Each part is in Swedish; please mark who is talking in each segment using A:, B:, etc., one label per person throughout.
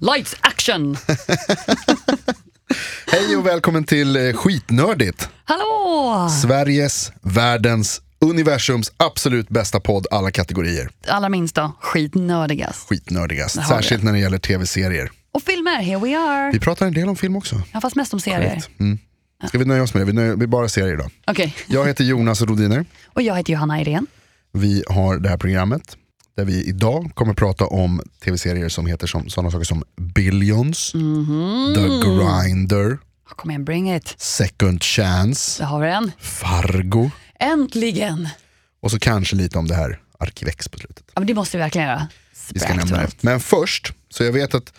A: Lights action!
B: Hej och välkommen till eh, Skitnördigt.
A: Hallå!
B: Sveriges, världens, universums absolut bästa podd alla kategorier.
A: Allra minsta, skitnördigast.
B: Skitnördigast,
A: har vi
B: särskilt när det gäller tv-serier.
A: Och filmer, here we are.
B: Vi pratar en del om film också.
A: Ja, fast mest om serier.
B: Ska vi nöja oss med det? Vi, nöjer, vi bara serier idag.
A: Okej,
B: Jag heter Jonas Rodiner.
A: och jag heter Johanna Irén.
B: Vi har det här programmet där vi idag kommer prata om tv-serier som heter som, sådana saker som Billions,
A: Mhm.
B: The Grinder,
A: Oh, Kom igen, bring it.
B: Second Chance,
A: Där har vi den.
B: Fargo
A: Äntligen!
B: och så kanske lite om det här Arkivex på slutet.
A: Ja, men det måste vi verkligen göra.
B: Vi ska nämna det.
A: Spräktuellt.
B: Men först, så jag vet att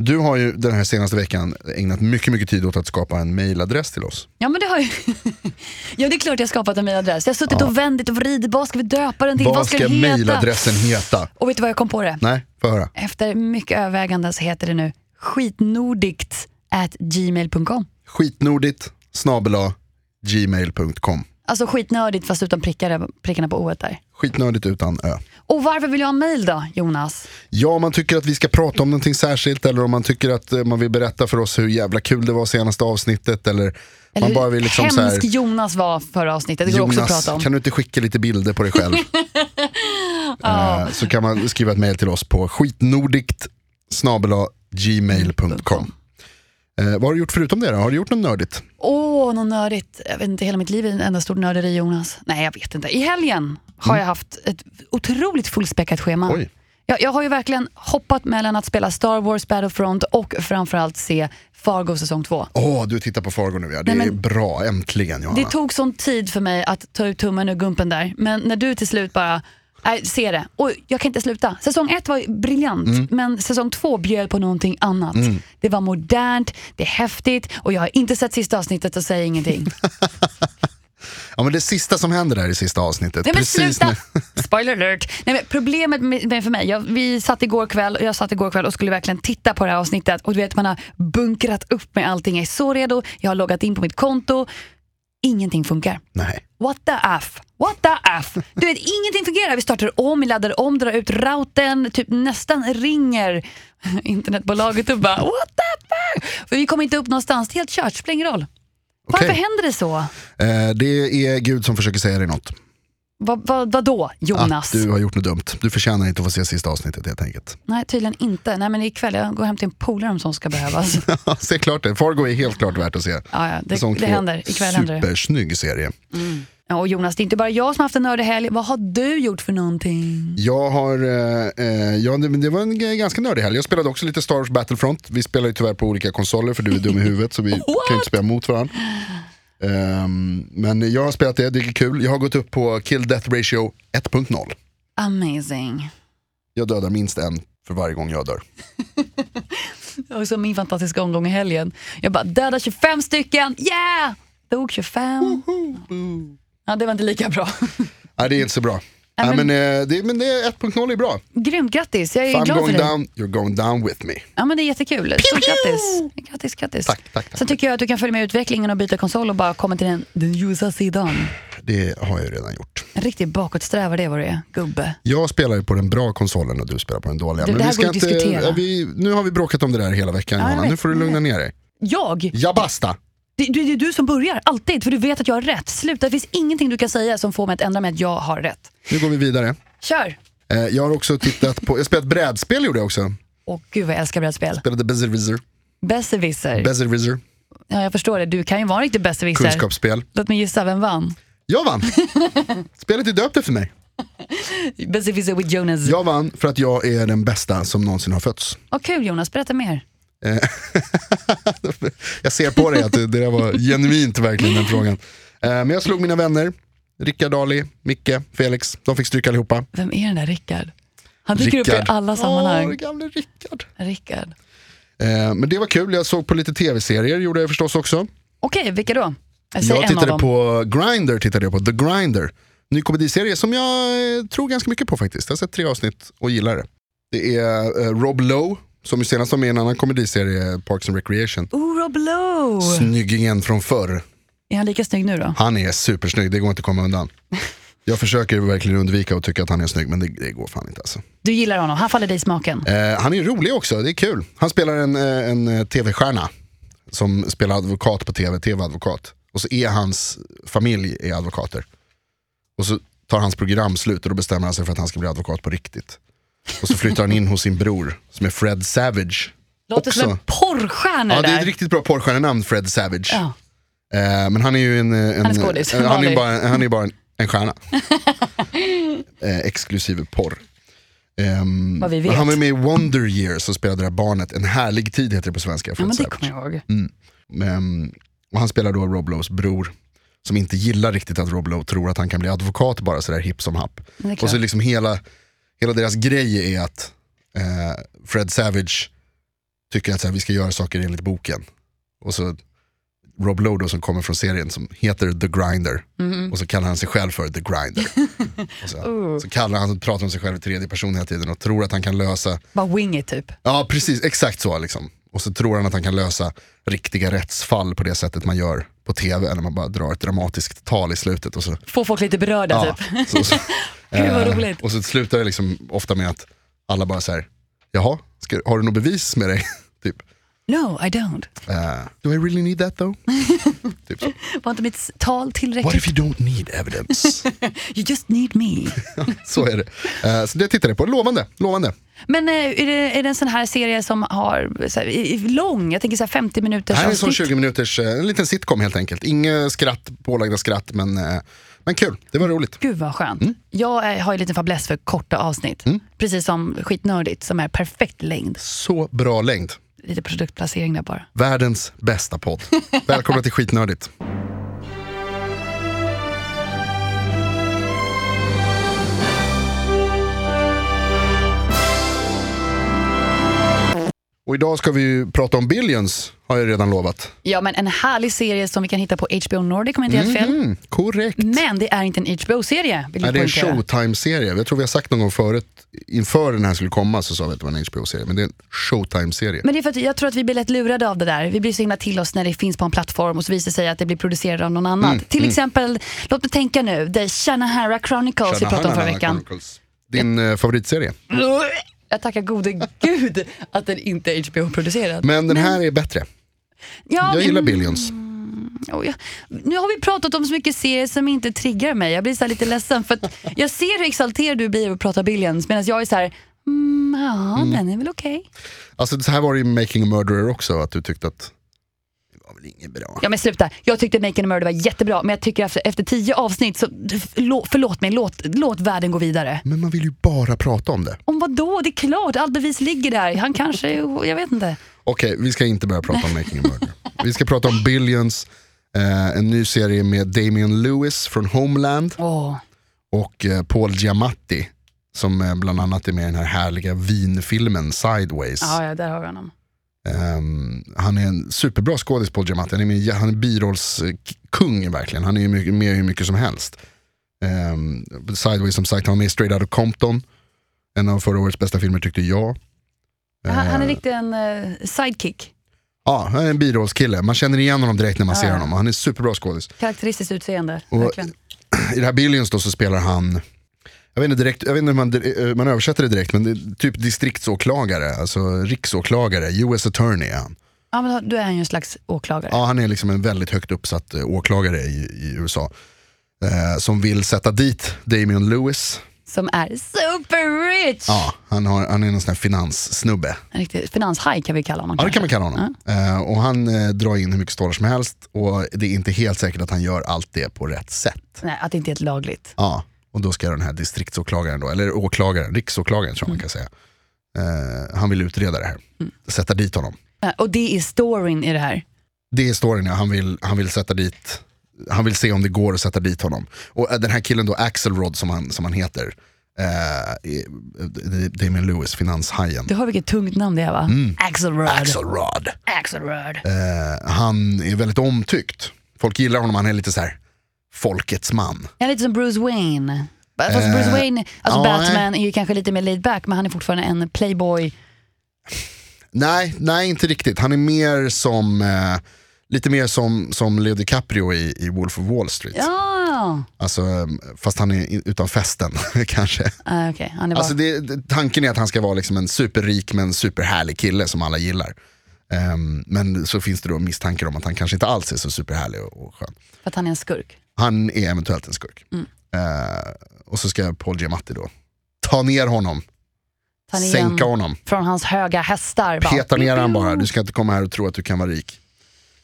B: du har ju den här senaste veckan ägnat mycket, mycket tid åt att skapa en mailadress till oss.
A: Ja, men det har ju... ja, det är klart jag har skapat en mailadress. Jag har suttit och vändit och vridit. Vad ska vi döpa den till?
B: Vad ska
A: den heta?
B: mailadressen heta?
A: Och vet du vad jag kom på det?
B: Nej, få höra.
A: Efter mycket överväganden så heter det nu skitnordigt at gmail.com.
B: Skitnordigt snabela gmail.com.
A: Alltså skitnördigt fast utan prickar, prickarna på oet där.
B: Skitnördigt utan ö.
A: Och varför vill jag ha en mail då, Jonas?
B: Ja, om man tycker att vi ska prata om någonting särskilt eller om man tycker att eh, man vill berätta för oss hur jävla kul det var senaste avsnittet eller,
A: Eller
B: man bara vill liksom så här,
A: hemsk Jonas var förra avsnittet, det går också att
B: Jonas,
A: prata om.
B: kan du inte skicka lite bilder på dig själv? Eh, så kan man skriva ett mejl till oss på skitnordigt gmail.com
A: Mm.
B: eh, Vad har du gjort förutom det då? Har du gjort något nördigt?
A: Åh, något nördigt. Jag vet inte, hela mitt liv är en enda stor nörderi Jonas. Nej, jag vet inte. I helgen har jag haft ett otroligt fullspäckat schema.
B: Mm. Oj.
A: Jag, jag har ju verkligen hoppat mellan att spela Star Wars Battlefront och framförallt se Fargo säsong 2.
B: Åh, du tittar på Fargo nu ja. Det
A: Nej,
B: är
A: men-
B: bra, äntligen Johanna.
A: Det tog sån tid för mig att ta ut tummen ur gumpen där, men när du till slut bara Nej, se det. Och jag kan inte sluta. Säsong ett var briljant, men säsong två bjöd på någonting annat. Det var modernt, det är häftigt och jag har inte sett sista avsnittet och säger ingenting.
B: Ja, men det sista som händer där i sista avsnittet.
A: Nej men sluta!
B: när-
A: Spoiler alert! Nej, men problemet med, med för mig, jag, vi satt igår kväll och jag satt igår kväll och skulle verkligen titta på det här avsnittet och du vet man har bunkrat upp med allting, jag är så redo, jag har loggat in på mitt konto, ingenting funkar.
B: Nej.
A: What the F? What the F? Du vet, ingenting fungerar. Vi startar om, vi laddar om, drar ut routern, typ nästan ringer internetbolaget och bara what the fuck? För vi kommer inte upp någonstans, helt kört, spelar ingen roll.
B: Okej.
A: Varför händer det så?
B: Eh, det är Gud som försöker säga dig något.
A: Vad va, då, Jonas?
B: Att Ah, du har gjort något dumt. Du förtjänar inte att få se sista avsnittet helt enkelt.
A: Nej, tydligen inte. Nej, men ikväll, jag går hem till en polare om sånt ska behövas.
B: se klart det. Fargo är helt klart värt att se.
A: Ja, ja,
B: Säsong
A: det, det
B: två.
A: händer. Ikväll händer det.
B: Supersnygg serie.
A: Ja, och Jonas, det är inte bara jag som har haft en nördig helg. Vad har du gjort för någonting?
B: Jag har, eh, eh, ja, det, men det var en g- ganska nördig helg. Jag spelade också lite Star Wars Battlefront. Vi spelar ju tyvärr på olika konsoler för du är dum i huvudet så vi kan ju inte spela mot varandra. Ehm, men jag har spelat det, det är kul. Jag har gått upp på Kill Death Ratio 1.0.
A: Amazing.
B: Jag dödar minst en för varje gång jag dör.
A: Och så min fantastiska omgång i helgen. Jag bara dödade 25 stycken, yeah! Dog 25. Ja, det var inte lika bra.
B: Nej, det är inte så bra. Nej, men, eh, det, men det, 1.0 är bra.
A: Grymt, grattis. Jag är
B: If I'm
A: glad för
B: going
A: dig.
B: down, you're going down with me.
A: Ja, men det är jättekul. Stort grattis. Grattis, grattis.
B: Tack, tack, tack.
A: Sen tycker jag att du kan följa med i utvecklingen och byta konsol och bara komma till den, den ljusa sidan.
B: Det har jag ju redan gjort.
A: En riktig bakåtsträvare det var det gubbe.
B: Jag spelar ju på den bra konsolen och du spelar på den dåliga.
A: Du, det här går att diskutera.
B: vi, nu har vi bråkat om det där hela veckan
A: jag
B: Johanna,
A: vet,
B: nu får du
A: jag
B: lugna ner dig.
A: Jag?
B: Ja basta!
A: Det, det, det är du som börjar, alltid, för du vet att jag har rätt. Sluta, det finns ingenting du kan säga som får mig att ändra mig att jag har rätt.
B: Nu går vi vidare.
A: Kör!
B: Eh, jag har också tittat på, jag spelat brädspel gjorde jag också.
A: Åh gud vad jag älskar brädspel.
B: Spelade Besserwisser,
A: Besserwisser.
B: Besserwisser,
A: Ja, jag förstår det. Du kan ju vara en riktig besserwisser.
B: kunskapsspel.
A: Låt mig gissa, vem vann?
B: Jag vann! Spelet är döpt efter mig.
A: Besserwisser with Jonas. Ja.
B: Jag vann för att jag är den bästa som någonsin har fötts.
A: kul Jonas, berätta mer.
B: Jag ser på dig att det, det där var genuint verkligen den frågan. Eh, men jag slog mina vänner, Rickard Dali, Micke, Felix. De fick stryk allihopa.
A: Vem är den där Rickard? Han dyker upp i
B: Rickard.
A: alla sammanhang.
B: Åh, gamle Rickard.
A: Rickard.
B: Eh, men det var kul, jag såg på lite tv-serier gjorde jag förstås också.
A: Okej, vilka då? Jag säger
B: jag
A: en av
B: tittade
A: dem.
B: på Grindr, tittade jag på The Grinder. Ny komediserie som jag eh, tror ganska mycket på faktiskt. Jag har sett tre avsnitt och gillar det. Det är eh, Rob Lowe, som ju senast var med i en annan komediserie, Parks and Recreation.
A: Oh, Rob Lowe!
B: Snyggingen från förr.
A: Är han lika snygg nu då?
B: Han är supersnygg, det går inte att komma undan. Jag försöker verkligen undvika att tycka att han är snygg, men det, det går fan inte alltså.
A: Du gillar honom, han faller dig i smaken.
B: Eh, han är rolig också, det är kul. Han spelar en, eh, en eh, tv-stjärna som spelar advokat på tv, tv-advokat. Och så är hans familj är advokater. Och så tar hans program slut och då bestämmer han sig för att han ska bli advokat på riktigt. Och så flyttar han in hos sin bror som är Fred Savage.
A: Låter som en
B: också.
A: porrstjärna
B: Ja,
A: det
B: det är
A: där.
B: ett riktigt bra porrstjärnenamn, Fred Savage.
A: Ja.
B: Eh, men han är ju en... en
A: Han är skådis,
B: eh, han är
A: vanlig.
B: ju bara, han är ju bara en, en stjärna. eh, exklusive porr. Ehm,
A: Vad vi
B: men
A: vet.
B: Han var ju med i Wonder Years och spelade det här barnet, En härlig tid heter det på svenska.
A: ja,
B: Fred
A: men det
B: Savage.
A: kommer jag ihåg.
B: Mm. Ehm, och han spelar då Rob Lows bror. Som inte gillar riktigt att Rob Lowe tror att han kan bli advokat bara sådär hipp som happ.
A: Men det är klart.
B: Och så liksom hela, hela deras grej är att eh, Fred Savage tycker att så här, vi ska göra saker enligt boken. Och så Rob Lowe då, som kommer från serien som heter The Grinder.
A: Mhm.
B: Och så kallar han sig själv för The Grinder. och så,
A: Oh.
B: så kallar han, pratar om sig själv i tredje person hela tiden och tror att han kan lösa,
A: Bara wingy typ.
B: ja precis, exakt så liksom. Och så tror han att han kan lösa riktiga rättsfall på det sättet man gör på tv, när man bara drar ett dramatiskt tal i slutet och så
A: Får folk lite berörda typ.
B: så, så,
A: Gud, vad
B: eh,
A: roligt.
B: Och så slutar det liksom ofta med att alla bara så här, jaha, ska, har du något bevis med dig? typ.
A: No, I don't.
B: eh, Do I really need that though? typ så.
A: Var inte mitt tal
B: What
A: tillräckligt?
B: if you don't need evidence?
A: You just need me.
B: så är det. Eh, så det tittade jag på, lovande. lovande.
A: Men eh, är det, är det en sån här serie som har så här, i- i- lång, jag tänker så här 50
B: Det
A: minuters
B: här är en sån
A: avsnitt?
B: 20 minuters, eh, en liten sitcom helt enkelt. Inga skratt, pålagda skratt, men, eh, men kul. Det var roligt.
A: Gud vad skönt.
B: Mm.
A: Jag eh, har ju lite fäbless för korta avsnitt. Precis som skitnördigt som är perfekt längd.
B: Så bra längd.
A: Lite produktplacering där bara.
B: Världens bästa podd. Välkomna till Skitnördigt. Och idag ska vi ju prata om Billions, har jag redan lovat.
A: Ja men en härlig serie som vi kan hitta på HBO Nordic om jag inte helt fel.
B: Mm, korrekt.
A: Men det är inte en HBO-serie vill
B: Nej,
A: jag
B: det är en
A: poängtera.
B: Showtime-serie. Jag tror vi har sagt någon gång förut, inför den här skulle komma så sa vi att det var en HBO-serie. Men det är en Showtime-serie.
A: Men det är för att jag tror att vi blir lätt lurade av det där. Vi blir så himla till oss när det finns på en plattform och så visar det sig att det blir producerat av någon annan.
B: Mm,
A: Till exempel, låt mig tänka nu, The Shannahara Chronicles vi pratade om förra veckan.
B: Chronicles. Din eh, favoritserie.
A: Jag tackar gode gud att den inte är HBO-producerad.
B: Men den här är bättre.
A: Ja,
B: Jag
A: men-
B: gillar Billions.
A: Oj, jag- nu har vi pratat om så mycket serier som inte triggar mig. Jag blir så här lite ledsen för att jag ser hur exalterad du blir och pratar Billions medan jag är så här, mm, ja den är väl okej.
B: Alltså så här var det i Making a Murderer också, att du tyckte att det var väl inget bra.
A: Ja men sluta, jag tyckte Make and a Murder var jättebra men jag tycker efter, efter tio avsnitt så, förlå- förlåt mig, låt, låt världen gå vidare.
B: Men man vill ju bara prata om det.
A: Om vad då? Det är klart, allt bevis ligger där. Han kanske, jag vet inte.
B: Okej, vi ska inte börja prata om Making a Murderer. Vi ska prata om Billions, eh, en ny serie med Damian Lewis från Homeland
A: Åh,
B: och eh, Paul Giamatti som eh, bland annat är med i den här härliga vinfilmen Sideways.
A: ja, ja där har vi honom.
B: Ehm, han är en superbra skådis Paul Giamatti. Han är, med, han är birollskung verkligen. Han är ju mycket, med hur mycket som helst. Ehm, Sideways som sagt, han var med i Straight Outta Compton. En av förra årets bästa filmer tyckte jag.
A: Han, han är
B: Ehm,
A: riktigt en eh, sidekick.
B: Ja, han är en birollskille. Man känner igen honom direkt när man
A: Ja,
B: ser
A: ja.
B: honom. Han är superbra skådis.
A: Karaktäristiskt utseende,
B: Och-
A: verkligen.
B: I det här Billions då så spelar han, jag vet inte, direkt, jag vet inte hur man, eh, man översätter det direkt, men det är typ distriktsåklagare, alltså riksåklagare, US attorney är han.
A: Ja men då är han ju en slags åklagare.
B: Ja, han är liksom en väldigt högt uppsatt eh, åklagare i, i USA. Eh, som vill sätta dit Damian Lewis.
A: Som är super rich!
B: Ja, han, har, han är någon sån här finanssnubbe.
A: En riktig finanshaj kan vi kalla honom
B: Ja, det
A: kanske.
B: kan man kalla honom. Eh, och han eh, drar in hur mycket stålar som helst och det är inte helt säkert att han gör allt det på rätt sätt.
A: Nej, att det inte är ett lagligt.
B: Ja, och då ska den här distriktsåklagaren, då, eller åklagaren, riksåklagaren tror jag man kan säga. Eh, han vill utreda det här, sätta dit honom.
A: Ja, Eh, Och det är storyn i det här.
B: Det är storyn, ja. han vill, han vill sätta dit han vill se om det går att sätta dit honom. Och eh, den här killen då, Axelrod som han, som han heter, eh, är- eh, Damien Lewis, finanshajen.
A: Du hör vilket tungt namn det är va?
B: Mm.
A: Axelrod.
B: Axelrod.
A: Axelrod.
B: Eh, han är väldigt omtyckt. Folk gillar honom, han är lite så här folkets man.
A: Ja, lite som Bruce Wayne. Fast Bruce Wayne, alltså
B: Eh, ja,
A: Batman, är ju kanske lite mer laid back men han är fortfarande en playboy.
B: Nej, nej inte riktigt. Han är mer som, eh, lite mer som, som Leo DiCaprio i, i Wolf of Wall Street.
A: Ja, Jaha,
B: Alltså, ehm, fast han är i- utan festen kanske.
A: ah, okej. Han är bara...
B: Alltså det, det- tanken är att han ska vara liksom en superrik men superhärlig kille som alla gillar. Ehm, men så finns det då misstankar om att han kanske inte alls är så superhärlig och, och skön.
A: För att han är en skurk.
B: Han är eventuellt en skurk.
A: Mm.
B: Eh, och så ska Paul Giamatti då ta ner honom,
A: Ta ner
B: sänka
A: honom
B: honom,
A: från hans höga hästar. bara.
B: peta ner honom
A: Piu, piu.
B: bara. Du ska inte komma här och tro att du kan vara rik.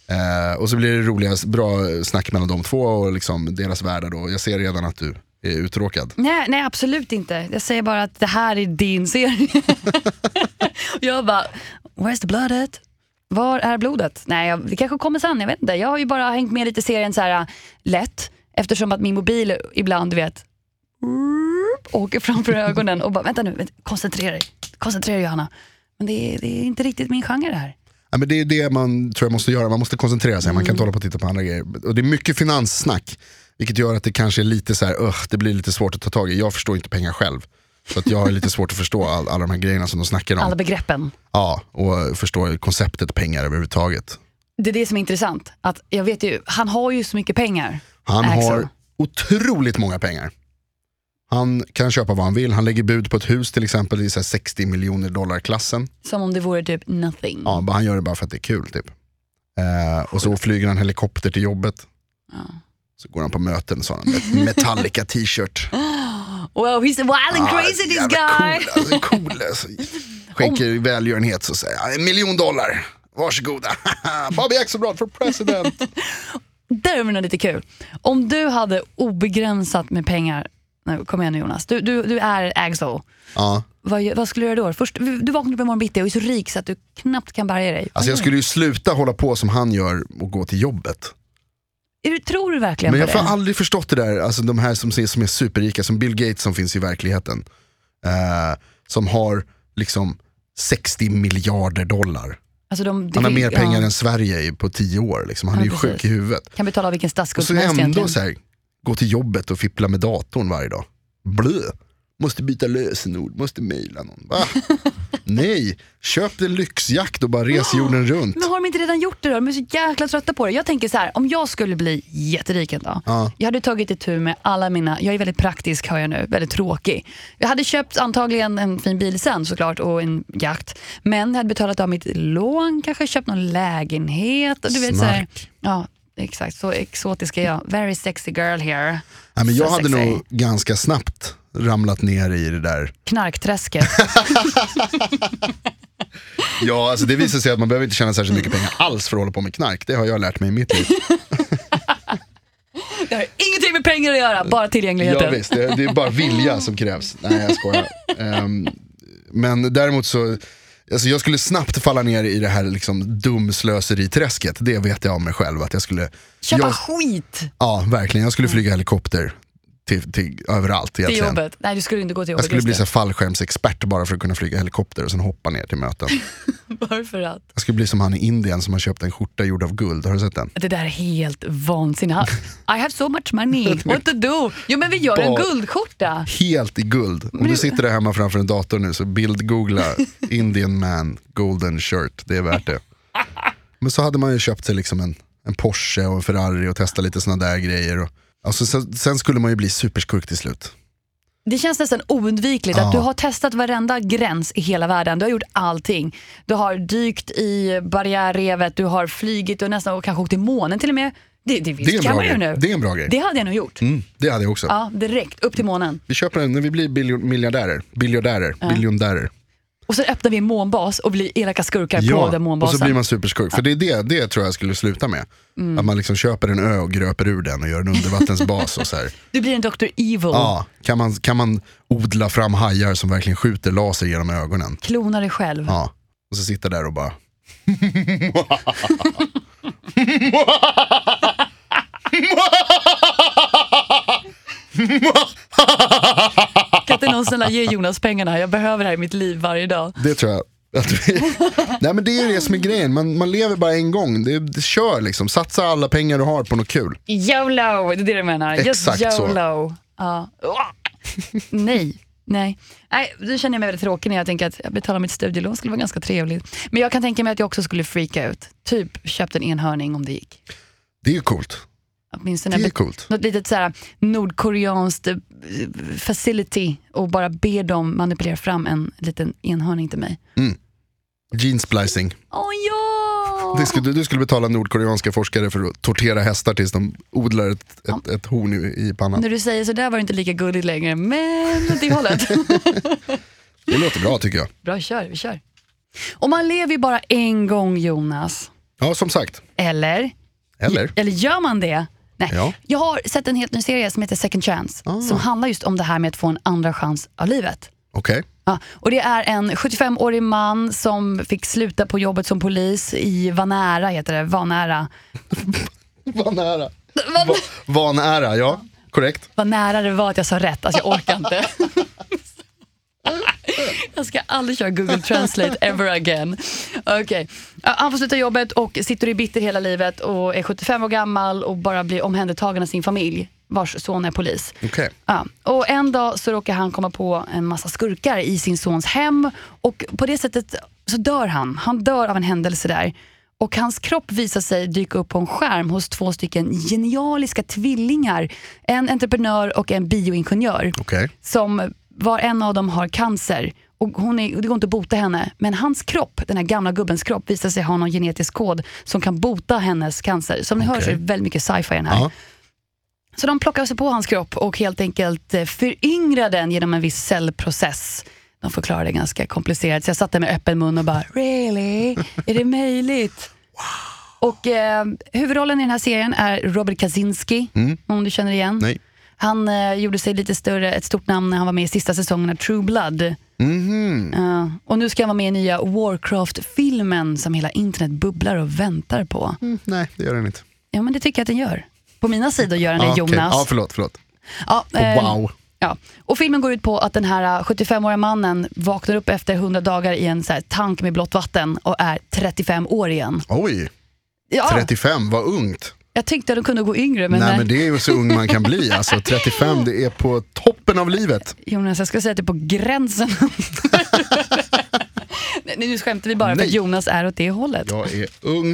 B: Eh, och så blir det roliga, bra snack mellan de två och liksom deras världar då. Jag ser redan att du är uttråkad.
A: Nej, nej, absolut inte. Jag säger bara att det här är din serie. Och jag bara, where's the bloodet? Var är blodet? Nej, jag, det kanske kommer sen, jag vet inte. Jag har ju bara hängt med lite i serien så här äh, lätt, eftersom att min mobil ibland, du vet, åker framför ögonen och bara, vänta nu, vänta, koncentrera dig. Koncentrera dig Johanna. Men det är, det är inte riktigt min genre det här.
B: Ja, men det är det man tror jag måste göra, man måste koncentrera sig, man kan inte hålla på och titta på andra grejer. Och det är mycket finanssnack, vilket gör att det kanske är lite så här, "Ugh, det blir lite svårt att ta tag i. Jag förstår inte pengar själv. Så att jag har lite svårt att förstå all, alla de här grejerna som de snackar
A: Alla
B: om.
A: begreppen.
B: Ja, och förstå konceptet pengar överhuvudtaget.
A: Det är det som är intressant. Att jag vet ju, han har ju så mycket pengar.
B: Han
A: Axel.
B: har otroligt många pengar. Han kan köpa vad han vill, han lägger bud på ett hus till exempel i så här 60 miljoner dollar klassen.
A: Som om det vore typ nothing.
B: Ja, bara han gör det bara för att det är kul typ. Eh, och så flyger han helikopter till jobbet.
A: Ja.
B: Så går han på möten så har han en Metallica t-shirt.
A: Wow, he's wild and
B: Ah,
A: Ah, crazy this
B: jävla
A: guy.
B: Cool, alltså, cool, alltså. Skänker välgörenhet så säger han, en miljon dollar. Varsågoda. Bobby Axelrod för president.
A: Där är det lite kul. Om du hade obegränsat med pengar, nu, kom igen nu Jonas, du, du, du är Axel.
B: ja.
A: Vad, gör- vad skulle du göra då? Först, du vaknar upp imorgon bitti och är så rik så att du knappt kan bärga dig.
B: Alltså jag skulle ju sluta hålla på som han gör och gå till jobbet.
A: Är du, tror du verkligen
B: Men jag
A: på
B: har
A: det?
B: aldrig förstått det där, alltså de här som, ser- som är superrika, som Bill Gates som finns i verkligheten. Eh, som har liksom 60 miljarder dollar.
A: Alltså de, det
B: Han har
A: fin-
B: mer pengar
A: ja,
B: än Sverige i- på 10 år. Liksom. Han
A: Ja,
B: är ju
A: precis.
B: sjuk i huvudet.
A: Kan betala vilken
B: Och
A: statsskuld
B: så
A: som helst
B: ändå
A: egentligen.
B: så här, gå till jobbet och fippla med datorn varje dag. Blö. Måste byta lösenord, måste mejla någon. Va? Nej, köp en lyxjakt och bara res jorden runt.
A: Men har de inte redan gjort det då? De är så jäkla trötta på det. Jag tänker så här, om jag skulle bli jätterik en dag.
B: Ja.
A: Jag hade tagit ett tur med alla mina, jag är väldigt praktisk hör jag nu, väldigt tråkig. Jag hade köpt antagligen en fin bil sen såklart och en jakt. Men jag hade betalat av mitt lån, kanske köpt någon lägenhet. Och du vet, så här,
B: Snark.
A: ja, exakt. Så exotisk är jag. Very sexy girl here.
B: Nej, men jag
A: Så
B: hade
A: sexy.
B: nog ganska snabbt ramlat ner i det där.
A: Knarkträsket.
B: Ja, alltså det visar sig att man behöver inte tjäna särskilt mycket pengar alls för att hålla på med knark. Det har jag lärt mig i mitt liv.
A: Det har ingenting med pengar att göra, bara
B: Ja,
A: tillgängligheten.
B: visst, det, det är bara vilja som krävs. Nej, jag skojar. Ehm, men däremot så, alltså jag skulle snabbt falla ner i det här liksom dumslöseriträsket. Det vet jag om mig själv. Att jag skulle,
A: Köpa
B: jag,
A: skit
B: ja, verkligen. Jag skulle flyga helikopter till, till överallt
A: till
B: egentligen.
A: jobbet. Nej, du skulle inte gå till jobbet.
B: Jag skulle
A: just
B: bli
A: det.
B: så här fallskärmsexpert bara för att kunna flyga helikopter och sen hoppa ner till möten.
A: Varför att?
B: Jag skulle bli som han i Indien som har köpt en skjorta gjord av guld. Har du sett den?
A: Det där är helt vansinnigt. Han- I have so much money, what to do? Jo men vi gör en
B: Bara-
A: guldskjorta.
B: helt i guld. Om du sitter där hemma framför en dator nu så bildgoogla Indian man golden shirt, det är värt det. Men så hade man ju köpt sig liksom en, en Porsche och en Ferrari och testa lite sådana där grejer. Och, alltså, sen, sen skulle man ju bli superskurk till slut.
A: Det känns nästan oundvikligt att du har testat varenda gräns i hela världen. Du har gjort allting. Du har dykt i barriärrevet, du har flygit och nästan och kanske åkt till månen till och med. Det, det, visst
B: Det är en
A: kan
B: bra
A: man ju
B: grej.
A: nu.
B: Det, är en bra grej.
A: Det hade jag nog gjort.
B: Mm, det hade jag också.
A: Ja, direkt upp till månen.
B: Vi köper en när vi blir biljon, miljardärer. Biljardärer. Biljonärer.
A: Och så öppnar vi en månbas och blir elaka skurkar på den
B: Ja, och
A: månbasen.
B: så blir man superskurk. För det är det, det tror jag skulle sluta med.
A: Mm.
B: Att man liksom köper en ö och gröper ur den och gör en undervattensbas. och så här.
A: Du blir en Dr. Evil.
B: Ja, kan man, kan man odla fram hajar som verkligen skjuter laser genom ögonen?
A: Klona dig själv.
B: Ja, och så sitta där och bara...
A: Kan inte någon snälla ge Jonas pengarna? Jag behöver det här i mitt liv varje dag.
B: Det tror jag. Att vi... Nej men det är ju det som är grejen, man, man lever bara en gång. Det, det, kör liksom, satsa alla pengar du har på något kul.
A: YOLO, det är det du menar.
B: Exakt
A: Just
B: så.
A: YOLO. Ja. Nej. Nej. Nej, nu känner jag mig väldigt tråkig när jag tänker att jag betalar mitt studielån skulle vara ganska trevligt. Men jag kan tänka mig att jag också skulle freaka ut. Typ köpt en enhörning om det gick.
B: Det är ju coolt.
A: Åtminstone
B: Det är
A: be-
B: coolt.
A: något litet så här nordkoreanskt eh, facility och bara ber dem manipulera fram en liten enhörning till mig.
B: Gene splicing.
A: Åh ja!
B: Det skulle, du skulle betala nordkoreanska forskare för att tortera hästar tills de odlar ett, ett, ett horn i, i pannan.
A: När du säger så där var det inte lika gulligt längre, men åt det hållet.
B: Det låter bra tycker jag.
A: Bra, kör, vi kör. Och man lever ju bara en gång Jonas.
B: Ja, som sagt.
A: Eller?
B: Eller?
A: Eller gör man det? Nej.
B: Ja.
A: Jag har sett en helt ny serie som heter Second Chance, som handlar just om det här med att få en andra chans av livet.
B: Okej.
A: Ja, och det är en 75-årig man som fick sluta på jobbet som polis i Vanära, heter det. Vanära.
B: Vad nära.
A: Vad-
B: Va, vad nära, ja. Korrekt.
A: Vad nära det var att jag sa rätt, alltså jag orkar inte. Jag ska aldrig köra Google Translate ever again. Okej. Ja, Han får sluta jobbet och sitter i bitter hela livet och är 75 år gammal och bara blir omhändertagen av sin familj vars son är polis.
B: Okej.
A: Ja. Och en dag så råkar han komma på en massa skurkar i sin sons hem och på det sättet så dör han. Han dör av en händelse där. Och hans kropp visar sig dyka upp på en skärm hos två stycken genialiska tvillingar. En entreprenör och en bioingenjör
B: Okej.
A: som var en av dem har cancer. Och hon är, det går inte att bota henne, men hans kropp, den här gamla gubbens kropp, visar sig ha någon genetisk kod som kan bota hennes cancer. Som ni hör så är det väldigt mycket sci-fi i den här.
B: Ja.
A: Så de plockade sig på hans kropp och helt enkelt eh, föryngrade den genom en viss cellprocess. De förklarade det ganska komplicerat, så jag satt där med öppen mun och bara “Really? Är det möjligt?” Och eh, Huvudrollen i den här serien är Robert Kaczynski, om du känner igen.
B: Mm. Nej.
A: Han eh, gjorde sig lite större, ett stort namn när han var med i sista säsongen av True Blood.
B: Mm. Mhm.
A: Eh, och nu ska han vara med i nya Warcraft-filmen som hela internet bubblar och väntar på.
B: Mm, nej, det gör den inte.
A: Ja, men det tycker jag att den gör. På mina sidor gör den det,
B: Ah, okej.
A: Jonas.
B: Ja, förlåt. förlåt.
A: Ja, eh,
B: Wow.
A: Ja. Och filmen går ut på att den här eh, 75-åriga mannen vaknar upp efter 100 dagar i en så här tank med blått vatten och är 35 år igen.
B: Oj,
A: Ja,
B: 35, vad ungt.
A: Jag tyckte att de kunde gå yngre, men, äh,
B: nej,
A: nej,
B: men det är ju så ung man kan bli. Alltså, 35, det är på toppen av livet.
A: Jonas, jag skulle säga att det är på gränsen. Nej, nu skämtar vi bara för
B: Nej.
A: att Jonas är åt det hållet.
B: Jag är ung.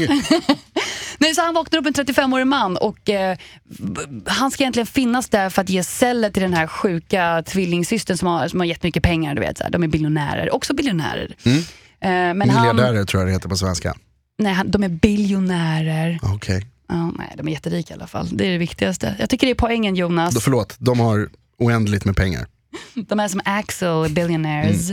A: Nej, så han vaknar upp en 35-årig man och eh, b- han ska egentligen finnas där för att ge celler till den här sjuka tvillingsystern som har, som har gett mycket pengar. Du vet, så här. De är biljonärer, också biljonärer.
B: Mm.
A: Eh, men han,
B: Miljardärer tror jag det heter på svenska. Ah,
A: nej, han, de är biljonärer.
B: Okej,
A: Ja, nej, de är jätterika i alla fall. Det är det viktigaste. Jag tycker det är poängen Jonas.
B: då förlåt. De har oändligt med pengar.
A: De är som Axel, billionaires.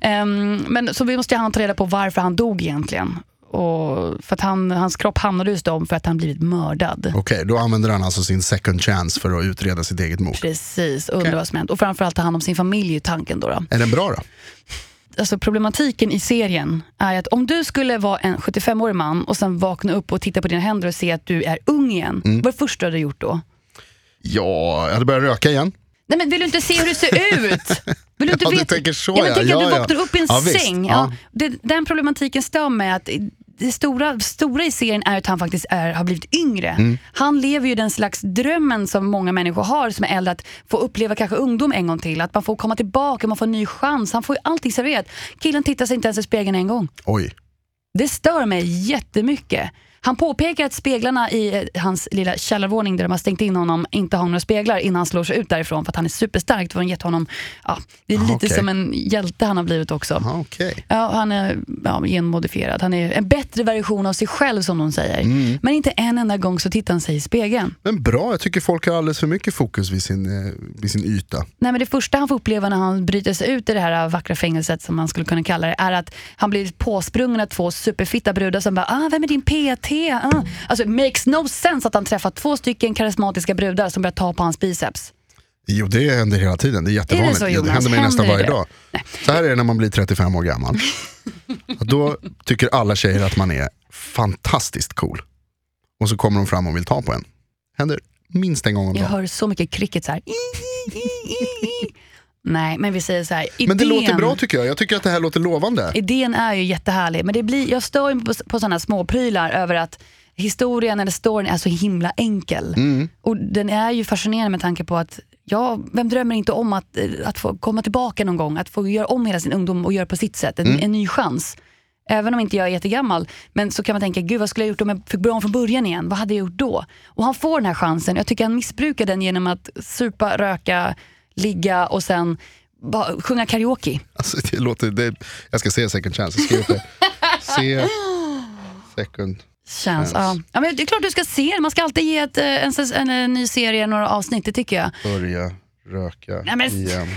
A: Ehm, men så vi måste han ta reda på varför han dog egentligen. Och för att han, hans kropp hamnade hos dem för att han blivit mördad.
B: Okej, då använder han alltså sin second chance för att utreda sitt eget mord.
A: Precis, undrar vad som hänt. Och framförallt ta hand om sin familj i tanken då. då.
B: Är den bra då?
A: Alltså problematiken i serien är att om du skulle vara en 75-årig man och sen vakna upp och titta på dina händer och se att du är ung igen. Vad är det första du hade gjort då?
B: Ja, jag hade börjat röka igen.
A: Nej men vill du inte se hur det ser ut? Vill du inte
B: Ja, du
A: veta?
B: tänker så,
A: ja. Men
B: ja.
A: tänk att
B: Ja,
A: du
B: ja.
A: vaknar upp i en
B: Ja, visst.
A: säng.
B: Ja.
A: Ja. Det, den problematiken stör mig att det stora, stora i serien är att han faktiskt är, har blivit yngre.
B: Mm.
A: Han lever ju den slags drömmen som många människor har som är äldre, att få uppleva kanske ungdom en gång till. Att man får komma tillbaka, man får en ny chans. Han får ju allting serverat. Killen tittar sig inte ens i spegeln en gång.
B: Oj,
A: Det stör mig jättemycket. Han påpekar att speglarna i eh, hans lilla källarvåning där de har stängt in honom inte har några speglar innan han slår sig ut därifrån för att han är superstark. För han gett honom, ja, det är lite
B: okej.
A: som en hjälte han har blivit också.
B: ah, okej.
A: Ja, han är ja, genmodifierad. Han är en bättre version av sig själv som de säger. Men inte en enda gång så tittar han sig i spegeln.
B: Men bra, jag tycker folk har alldeles för mycket fokus vid sin, eh, vid sin yta.
A: Nej, men det första han får uppleva när han bryter sig ut i det här vackra fängelset som man skulle kunna kalla det är att han blir påsprungen av två superfitta brudar som bara ah, “Vem är din PT?” ah. Alltså makes no sense att han träffar två stycken karismatiska brudar som börjar ta på hans biceps.
B: Jo, det händer hela tiden. Det är jättevanligt.
A: så,
B: det
A: Jonas?
B: händer mig nästan
A: Händer
B: varje
A: det?
B: dag. Så här är det när man blir 35 år gammal. Då tycker alla tjejer att man är fantastiskt cool. Och så kommer de fram och vill ta på en. Händer minst en gång om
A: Jag
B: dagen.
A: hör så mycket cricket så här. I, i, i, i, i. Nej, men vi säger så här. Idén,
B: Men det låter bra tycker jag. Jag tycker att det här låter lovande.
A: idén är ju jättehärlig, men det blir, jag stör ju på, på sådana småprylar över att historien eller storyn är så himla enkel. Och den är ju fascinerande med tanke på att Ja, vem drömmer inte om att, eh, att få komma tillbaka någon gång? Att få göra om hela sin ungdom och göra på sitt sätt, en, en ny chans. Eh, Även om inte jag är jättegammal. Men så kan man tänka, gud vad skulle jag gjort om jag fick börja om från början igen? Vad hade jag gjort då? Och han får den här chansen. Jag tycker han missbrukar den genom att supa, röka, ligga och sen bara sjunga karaoke.
B: Alltså, det låter, det, jag ska se second chance, jag skrev det. Se second.
A: Känns, ja. Ja, men det är klart du ska se den. Man ska alltid ge ett, eh, en, säs- en, eh, ny serie några avsnitt, det tycker jag.
B: Börja röka
A: Nej, men-
B: igen.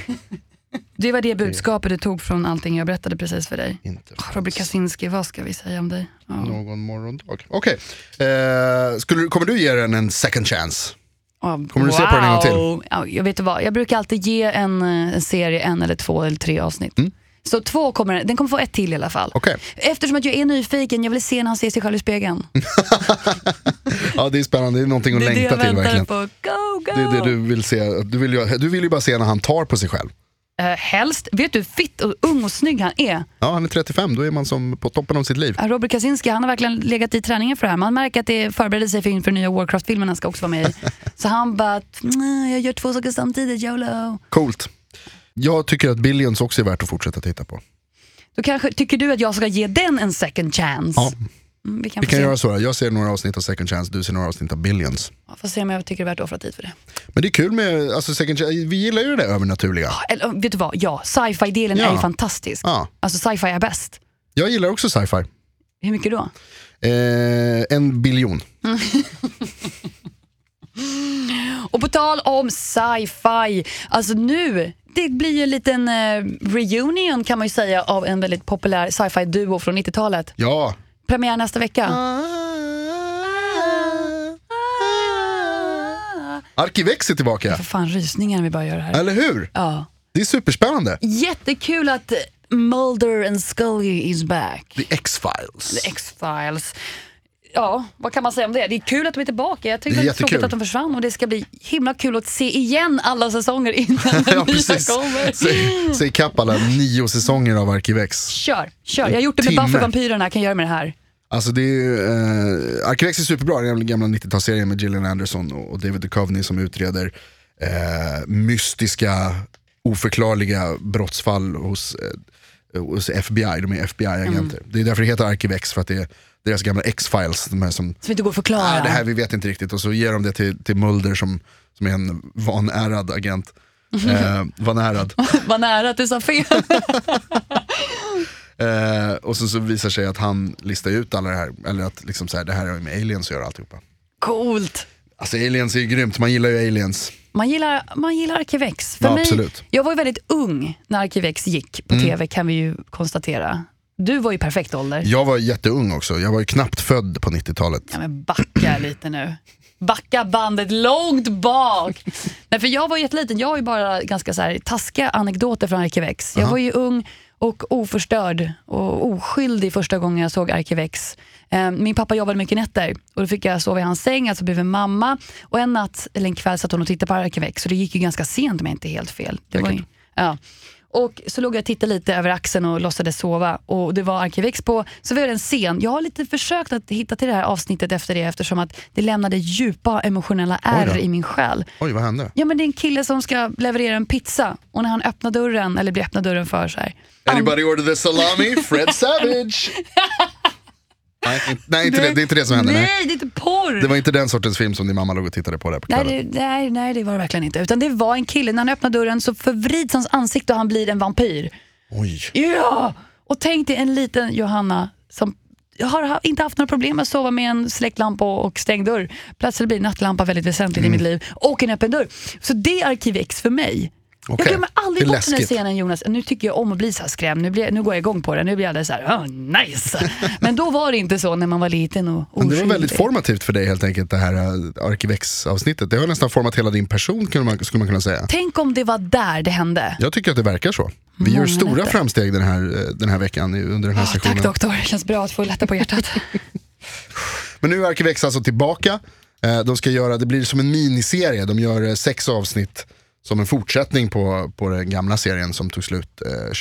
A: Det var det budskapet du tog från allting jag berättade precis för dig.
B: Inte
A: Robert Kaczynski, vad ska vi säga om dig? Ja.
B: någon morgondag. Okej, eh, skulle du- kommer du ge den en second chance?
A: Ja,
B: Kommer du se på den en gång till?
A: wow. Ja, jag vet inte vad, jag brukar alltid ge en, eh, en serie en eller två eller tre avsnitt.
B: Mm.
A: Så två kommer den- den kommer få ett till i alla fall.
B: Okej,
A: Eftersom att jag är nyfiken, jag vill se när han ser sig själv i spegeln.
B: Mm. ja, det är spännande, det är någonting att
A: det är det
B: längta
A: jag
B: till
A: väntar
B: verkligen.
A: på. Go, go!
B: Det är det du vill se, du vill, ju, du vill ju bara se när han tar på sig själv.
A: Eh, helst, vet du hur fitt och ung och snygg han är?
B: Ja, han är 35, då är man som på toppen av sitt liv.
A: Ja, Eh, Robert Kaczynski han har verkligen legat i träningen för det här. Man märker att det förbereder sig för inför nya Warcraft-filmen han ska också vara med i. Så han bara, "Mm, jag gör två saker samtidigt, YOLO.
B: Coolt. Jag tycker att Billions också är värt att fortsätta titta på.
A: Då kanske tycker du att jag ska ge den en second chance?
B: Ja.
A: Mm, vi kan,
B: Vi
A: få
B: kan
A: se.
B: göra så, här. jag ser några avsnitt av second chance, du ser några avsnitt av Billions.
A: Ja, får se om jag tycker det är värt att offra tid för det.
B: Men det är kul med, alltså second chance, vi gillar ju det där övernaturliga.
A: Eller, vet du vad, ja, sci-fi-delen
B: Ja.
A: är ju fantastisk.
B: Ja,
A: Alltså sci-fi är bäst.
B: jag gillar också sci-fi.
A: Hur mycket då?
B: Eh, en biljon.
A: Och på tal om sci-fi, alltså nu, det blir ju en liten eh, reunion kan man ju säga av en väldigt populär sci-fi-duo från 90-talet.
B: Ja.
A: Premiär nästa vecka.
B: Arkivex är tillbaka,
A: För fan rysningar vi bara gör här.
B: eller hur?
A: Ja.
B: Det är superspännande.
A: Jättekul att Mulder and Scully is back.
B: The X-Files.
A: X-Files. Ja, vad kan man säga om det? Det är kul att de är tillbaka. Jag
B: Det
A: tycker
B: är
A: det är tråkigt
B: jättekul.
A: att de försvann och det ska bli himla kul att se igen alla säsonger innan den
B: Ja,
A: nya
B: precis.
A: kommer.
B: Säg, säg kapp alla nio säsonger av Arkivex.
A: Kör, kör. Jag har gjort det med
B: Timme.
A: Buffy vampyrerna, kan jag göra med det här.
B: Alltså det är ju, eh, Arkivex är superbra, den gamla- gamla 90-talsserien med Gillian Anderson och och David Duchovny som utreder eh, mystiska, oförklarliga brottsfall hos, eh, hos FBI. De är FBI-agenter.
A: Mm.
B: Det är därför det heter Arkivex, för att det är deras gamla X-files. De här som,
A: Som inte går att förklara.
B: ah, det här vi vet inte riktigt. Och så ger de det till, till Mulder som, som är en vanärad agent.
A: Mm-hmm.
B: Eh, vanärad.
A: Vad nära att du sa fel.
B: Eh, och så, så visar sig att han listar ut alla det här, eller att liksom så här, det här har ju med aliens att göra alltihopa.
A: Coolt.
B: Alltså aliens är ju grymt, man gillar ju aliens.
A: Man gillar, man gillar Arkivex. För
B: Ja,
A: mig,
B: absolut. Mm.
A: Jag var ju väldigt ung när Arkivex gick på tv kan vi ju konstatera. Du var ju perfekt ålder.
B: Jag var jätteung också, jag var ju knappt född på 90-talet.
A: Ja, men backa lite nu. Backa bandet långt bak. Nej, för jag var jätteliten, jag har ju bara ganska så här, taskiga anekdoter från Arkivex. Jag var ju ung och oförstörd och oskyldig första gången jag såg Arkivex. Eh, Min pappa jobbade mycket nätter och då fick jag sova i hans säng, alltså blev en mamma. Och en natt, eller en kväll satt hon och tittade på Arkivex så det gick ju ganska sent om jag inte är helt fel. Det var ju, ja. Och så låg jag och tittade lite över axeln och låtsades sova och det var Arkivex på. Så vi hade en scen. Jag har lite försökt att hitta till det här avsnittet efter det eftersom att det lämnade djupa emotionella ärr
B: då.
A: i min själ.
B: Oj, vad hände?
A: Ja men det är en kille som ska leverera en pizza och när han öppnar dörren, eller blir öppnad dörren för så här.
B: Anybody order the salami? Fred Savage! nej, inte- nej inte det, det är inte det som hände.
A: nej,
B: Nej.
A: det är inte porr!
B: Det var inte den sortens film som din mamma låg och tittade på där på
A: Nej
B: kvällen.
A: det, nej, nej det var det verkligen inte. Utan det var en kille, när han öppnar dörren så förvrids hans ansikte och han blir en vampyr.
B: Oj.
A: Ja! Och tänk dig en liten Johanna som har ha- inte haft några problem med att sova med en släktlampa och och stängd dörr. Plötsligt blir nattlampa väldigt väsentligt i mitt
B: Mm.
A: liv. Och en öppen dörr. Så det är Arkiv X för mig.
B: Okej.
A: Jag glömmer aldrig
B: Det är
A: bort den här
B: läskigt.
A: scenen Jonas. Nu tycker jag om att bli så här skrämd. Nu, blir, nu går jag igång på det. Nu blir jag alldeles så här, oh, nice. Men då var det inte så när man var liten och
B: Men det var
A: oskyldig.
B: väldigt formativt för dig helt enkelt, det här eh, Arkivex-avsnittet. Det har nästan format hela din person, kunde man- skulle man kunna säga.
A: Tänk om det var där det hände.
B: Jag tycker att det verkar så. Vi gör
A: Många
B: stora
A: nätter.
B: framsteg den här, eh, den här veckan i- under den här
A: Ah,
B: sessionen.
A: tack doktor, det känns bra att få lätta på hjärtat.
B: Men nu är Arkivex alltså tillbaka. Eh, De ska göra, det blir som en miniserie, de gör eh, sex avsnitt som en fortsättning på, på den gamla serien som tog slut eh,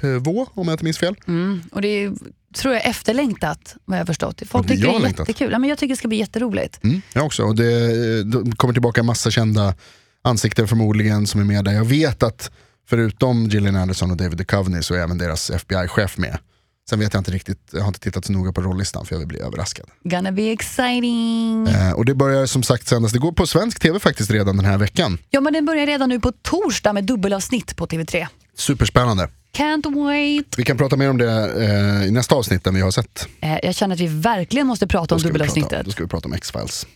B: 2002 om jag inte minns fel.
A: Mm, och det är, tror jag är efterlängtat vad jag har förstått. Folk
B: Ja, det-
A: tycker
B: jag
A: det
B: har
A: är
B: längtat.
A: jättekul. Ja, men jag tycker det ska bli jätteroligt.
B: Mm, jag också, och det, de kommer tillbaka en massa kända ansikten förmodligen som är med där. Jag vet att förutom Gillian Anderson och David Duchovny så är även deras FBI-chef med. Sen vet jag inte riktigt, jag har inte tittat så noga på rollistan för jag vill bli överraskad.
A: Gonna be exciting.
B: Eh, och det börjar som sagt sändas, det går på svensk tv faktiskt redan den här veckan.
A: Ja, men den börjar redan nu på torsdag med dubbelavsnitt på TV3.
B: Superspännande.
A: Can't wait.
B: Vi kan prata mer om det eh, i nästa avsnitt när vi har sett.
A: Eh, jag känner att vi verkligen måste prata om
B: Då ska vi prata,
A: dubbelavsnittet.
B: då ska vi prata om X-Files.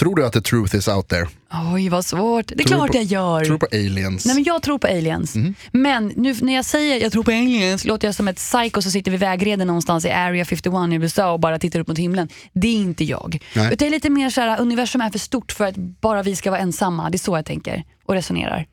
B: Tror du att the truth is out there?
A: Oj, vad svårt. Det är
B: Tror du
A: klart
B: på-
A: jag gör.
B: Tror du på aliens?
A: Nej, men jag tror på aliens.
B: Mhm.
A: Men nu när jag säger jag tror på aliens låter jag som ett psycho som sitter vid vägreden någonstans i Area 51 i USA och bara tittar upp mot himlen. Det är inte jag.
B: Nej.
A: Utan det är lite mer så här, universum är för stort för att bara vi ska vara ensamma. Det är så jag tänker och resonerar.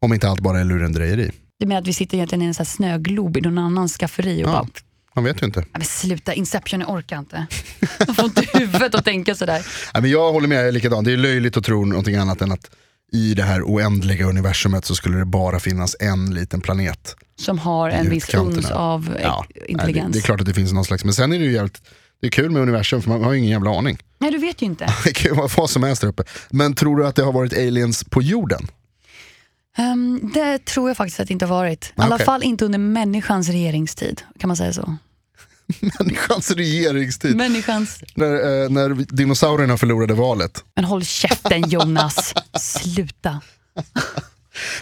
B: Om inte allt bara är lurendrejeri.
A: Du menar att vi sitter egentligen i en sån här snöglob i någon annans skafferi och
B: Ja.
A: bara,
B: Man vet ju inte.
A: "Nej, men sluta, Inception, jag orkar inte. Jag får inte huvudet att tänka sådär.
B: Nej, men jag håller med, jag är likadan. Det är löjligt att tro någonting annat än att i det här oändliga universumet så skulle det bara finnas en liten planet.
A: Som har en viss
B: Utkanterna.
A: uns av eh,
B: nej, det,
A: intelligens.
B: det är klart att det finns någon slags, men sen är det ju jävligt, det är kul med universum för man har ju ingen jävla aning.
A: Nej, du vet ju inte.
B: Det kan ju vara vad som helst där uppe. Men tror du att det har varit aliens på jorden?
A: Ehm, det tror jag faktiskt att det inte har varit. I
B: Nej,
A: alla
B: okej.
A: fall inte under människans regeringstid. Kan man säga så?
B: Människans regeringstid.
A: Människans...
B: När, eh, när dinosaurierna förlorade valet.
A: Men håll käften Jonas, sluta.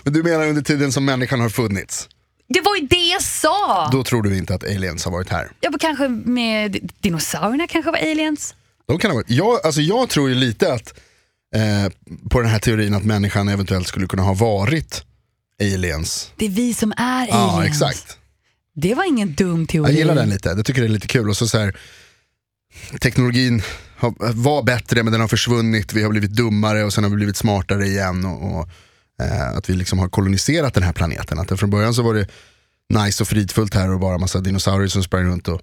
B: Men du menar under tiden som människan har funnits?
A: Det var ju det jag sa!
B: Då tror du inte att aliens har varit här?
A: Ja, men kanske med dinosaurierna kanske var aliens.
B: De kan ha varit. Jag, alltså jag tror ju lite att eh, på den här teorin att människan eventuellt skulle kunna ha varit aliens.
A: Det är vi som är aliens.
B: Ja, exakt.
A: Det var ingen dum teori.
B: Jag gillar den lite, jag tycker det är lite kul. Och så, så här, teknologin har, var bättre men den har försvunnit, vi har blivit dummare och sen har vi blivit smartare igen. Och, och, eh, att vi liksom har koloniserat den här planeten. Att det från början så var det nice och fridfullt här och bara massa dinosaurier som sprang runt. Och,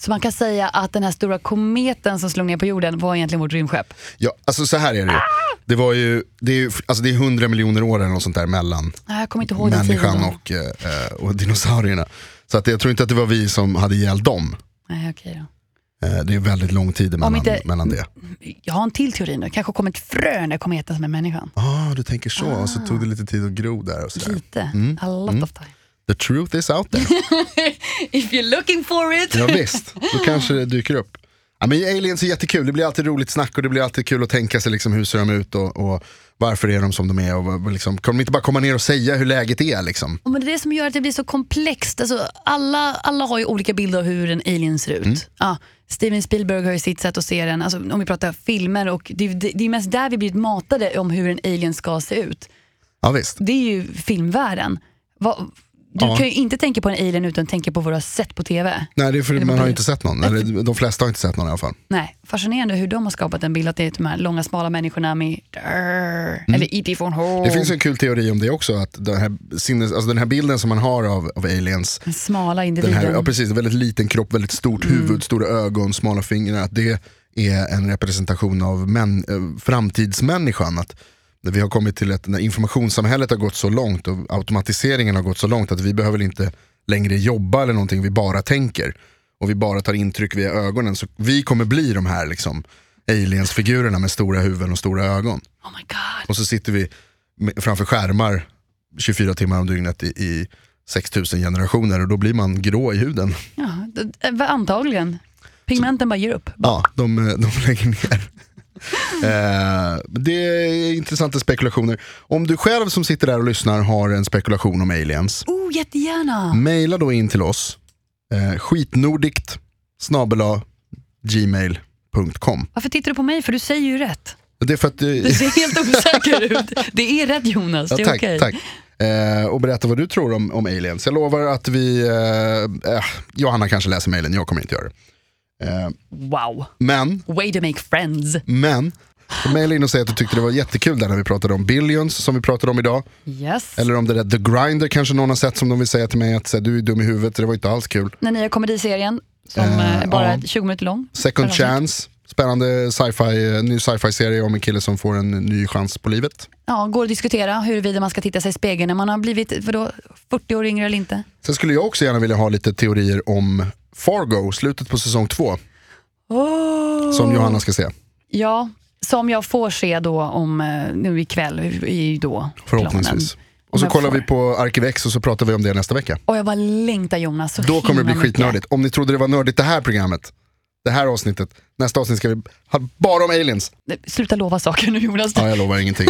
A: Så man kan säga att den här stora kometen som slog ner på jorden var egentligen vårt rymdskepp.
B: ja, alltså så här är det ju. Det, var ju, det är ju alltså det är 100 miljoner år eller något sånt där mellan
A: Nej, Jag kommer inte ihåg den
B: människan
A: tiden.
B: och, eh, eh, och dinosaurierna. Så att jag tror inte att det var vi som hade ihjäl dem.
A: Nej, okej då.
B: Eh, Det är väldigt lång tid mellan,
A: inte-
B: mellan det.
A: Jag har en till teori nu. kanske kommer ett frö när kometen som är människan.
B: Ah, du tänker så. Och så tog det lite tid att gro där. Och sådär.
A: Lite. A lot
B: Mm.
A: of time.
B: The truth is out there.
A: If you're looking for it.
B: Ja, visst, då kanske det dyker upp. Ja, men aliens är jättekul, det blir alltid roligt snack och det blir alltid kul att tänka sig liksom, hur ser de ut och, och varför är de som de är. Och, vad- liksom, kan de inte bara komma ner och säga hur läget är? Liksom?
A: Och Men det är det som gör att det blir så komplext. Alltså, alla, alla har ju olika bilder av hur en alien ser
B: Mm.
A: ut. Ja, Steven Spielberg har ju sitt sätt att se den, alltså, om vi pratar filmer. Och det, det, det är mest där vi blivit matade om hur en alien ska se ut.
B: Ja, visst.
A: Det är ju filmvärlden. Va, du
B: Ja.
A: kan ju inte tänka på en alien utan tänka på vad du har sett på TV.
B: Nej, det är för man har ju inte sett någon.
A: Ett-
B: Eller, de flesta har inte sett någon i alla fall.
A: Nej, fascinerande hur de har skapat en bild att det är de här långa smala människorna med eller E.T. från Home.
B: Mm. Det finns en kul teori om det också, att den här, sinnes, alltså den här bilden som man har av, av aliens,
A: Den smala
B: den
A: individen.
B: här, ja, precis, en väldigt liten kropp, väldigt stort huvud, stora ögon, smala fingrar, att det är en representation av män, eh, framtidsmänniskan. Att vi har kommit till att när informationssamhället har gått så långt och automatiseringen har gått så långt att vi behöver inte längre jobba eller någonting, vi bara tänker. Och vi bara tar intryck via ögonen. Så vi kommer bli de här liksom, aliensfigurerna med stora huvuden och stora ögon.
A: Oh my god.
B: Och så sitter vi med- framför skärmar 24 timmar om dygnet i, i 6000 generationer och då blir man grå i huden.
A: Ja, det- eh, antagligen. Pigmenten bara ger upp.
B: Ja, de, de lägger ner. Eh, det är intressanta spekulationer. Om du själv som sitter där och lyssnar har en spekulation om aliens,
A: Oh, jättegärna!
B: mejla då in till oss. Eh, skitnordikt snabela gmail.com.
A: Varför tittar du på mig? För du säger ju rätt.
B: Det är för att... eh,
A: Du ser helt osäker ut. Det är rätt Jonas, det
B: Ja,
A: är
B: tack,
A: okej.
B: tack. Eh, och berätta vad du tror om, om aliens. Jag lovar att vi, eh, eh, Johanna kanske läser mailen, jag kommer inte göra det. Eh,
A: Wow,
B: men
A: way to make friends.
B: Men, mejla in och säg att du tyckte det var jättekul där när vi pratade om Billions som vi pratade om idag.
A: Yes.
B: Eller om det där The Grinder kanske någon har sett som de vill säga till mig att så här, du är dum i huvudet, det var inte alls kul.
A: Den nya komediserien som
B: Eh,
A: eh, bara
B: ja.
A: är 20 minuter lång.
B: Second
A: Eller
B: Chance, spännande sci-fi, eh, ny sci-fi-serie om en kille som får en ny chans på livet.
A: Ja, går att diskutera huruvida man ska titta sig i spegeln när man har blivit vadå, 40 år yngre eller inte.
B: Sen skulle jag också gärna vilja ha lite teorier om Fargo, slutet på säsong två,
A: Oh.
B: som Johanna ska se.
A: Ja, som jag får se då om eh, nu ikväll. i- i- Då,
B: Förhoppningsvis.
A: planen.
B: Och så
A: jag
B: kollar
A: får.
B: vi på Arkivex och så pratar vi om det nästa vecka.
A: Och jag bara längtar Jonas så
B: Då kommer det bli
A: himla mycket.
B: skitnördigt. Om ni trodde det var nördigt det här programmet, det här avsnittet, nästa avsnitt ska vi ha bara om aliens.
A: Sluta lova saker nu Jonas.
B: Ja, jag lovar ingenting.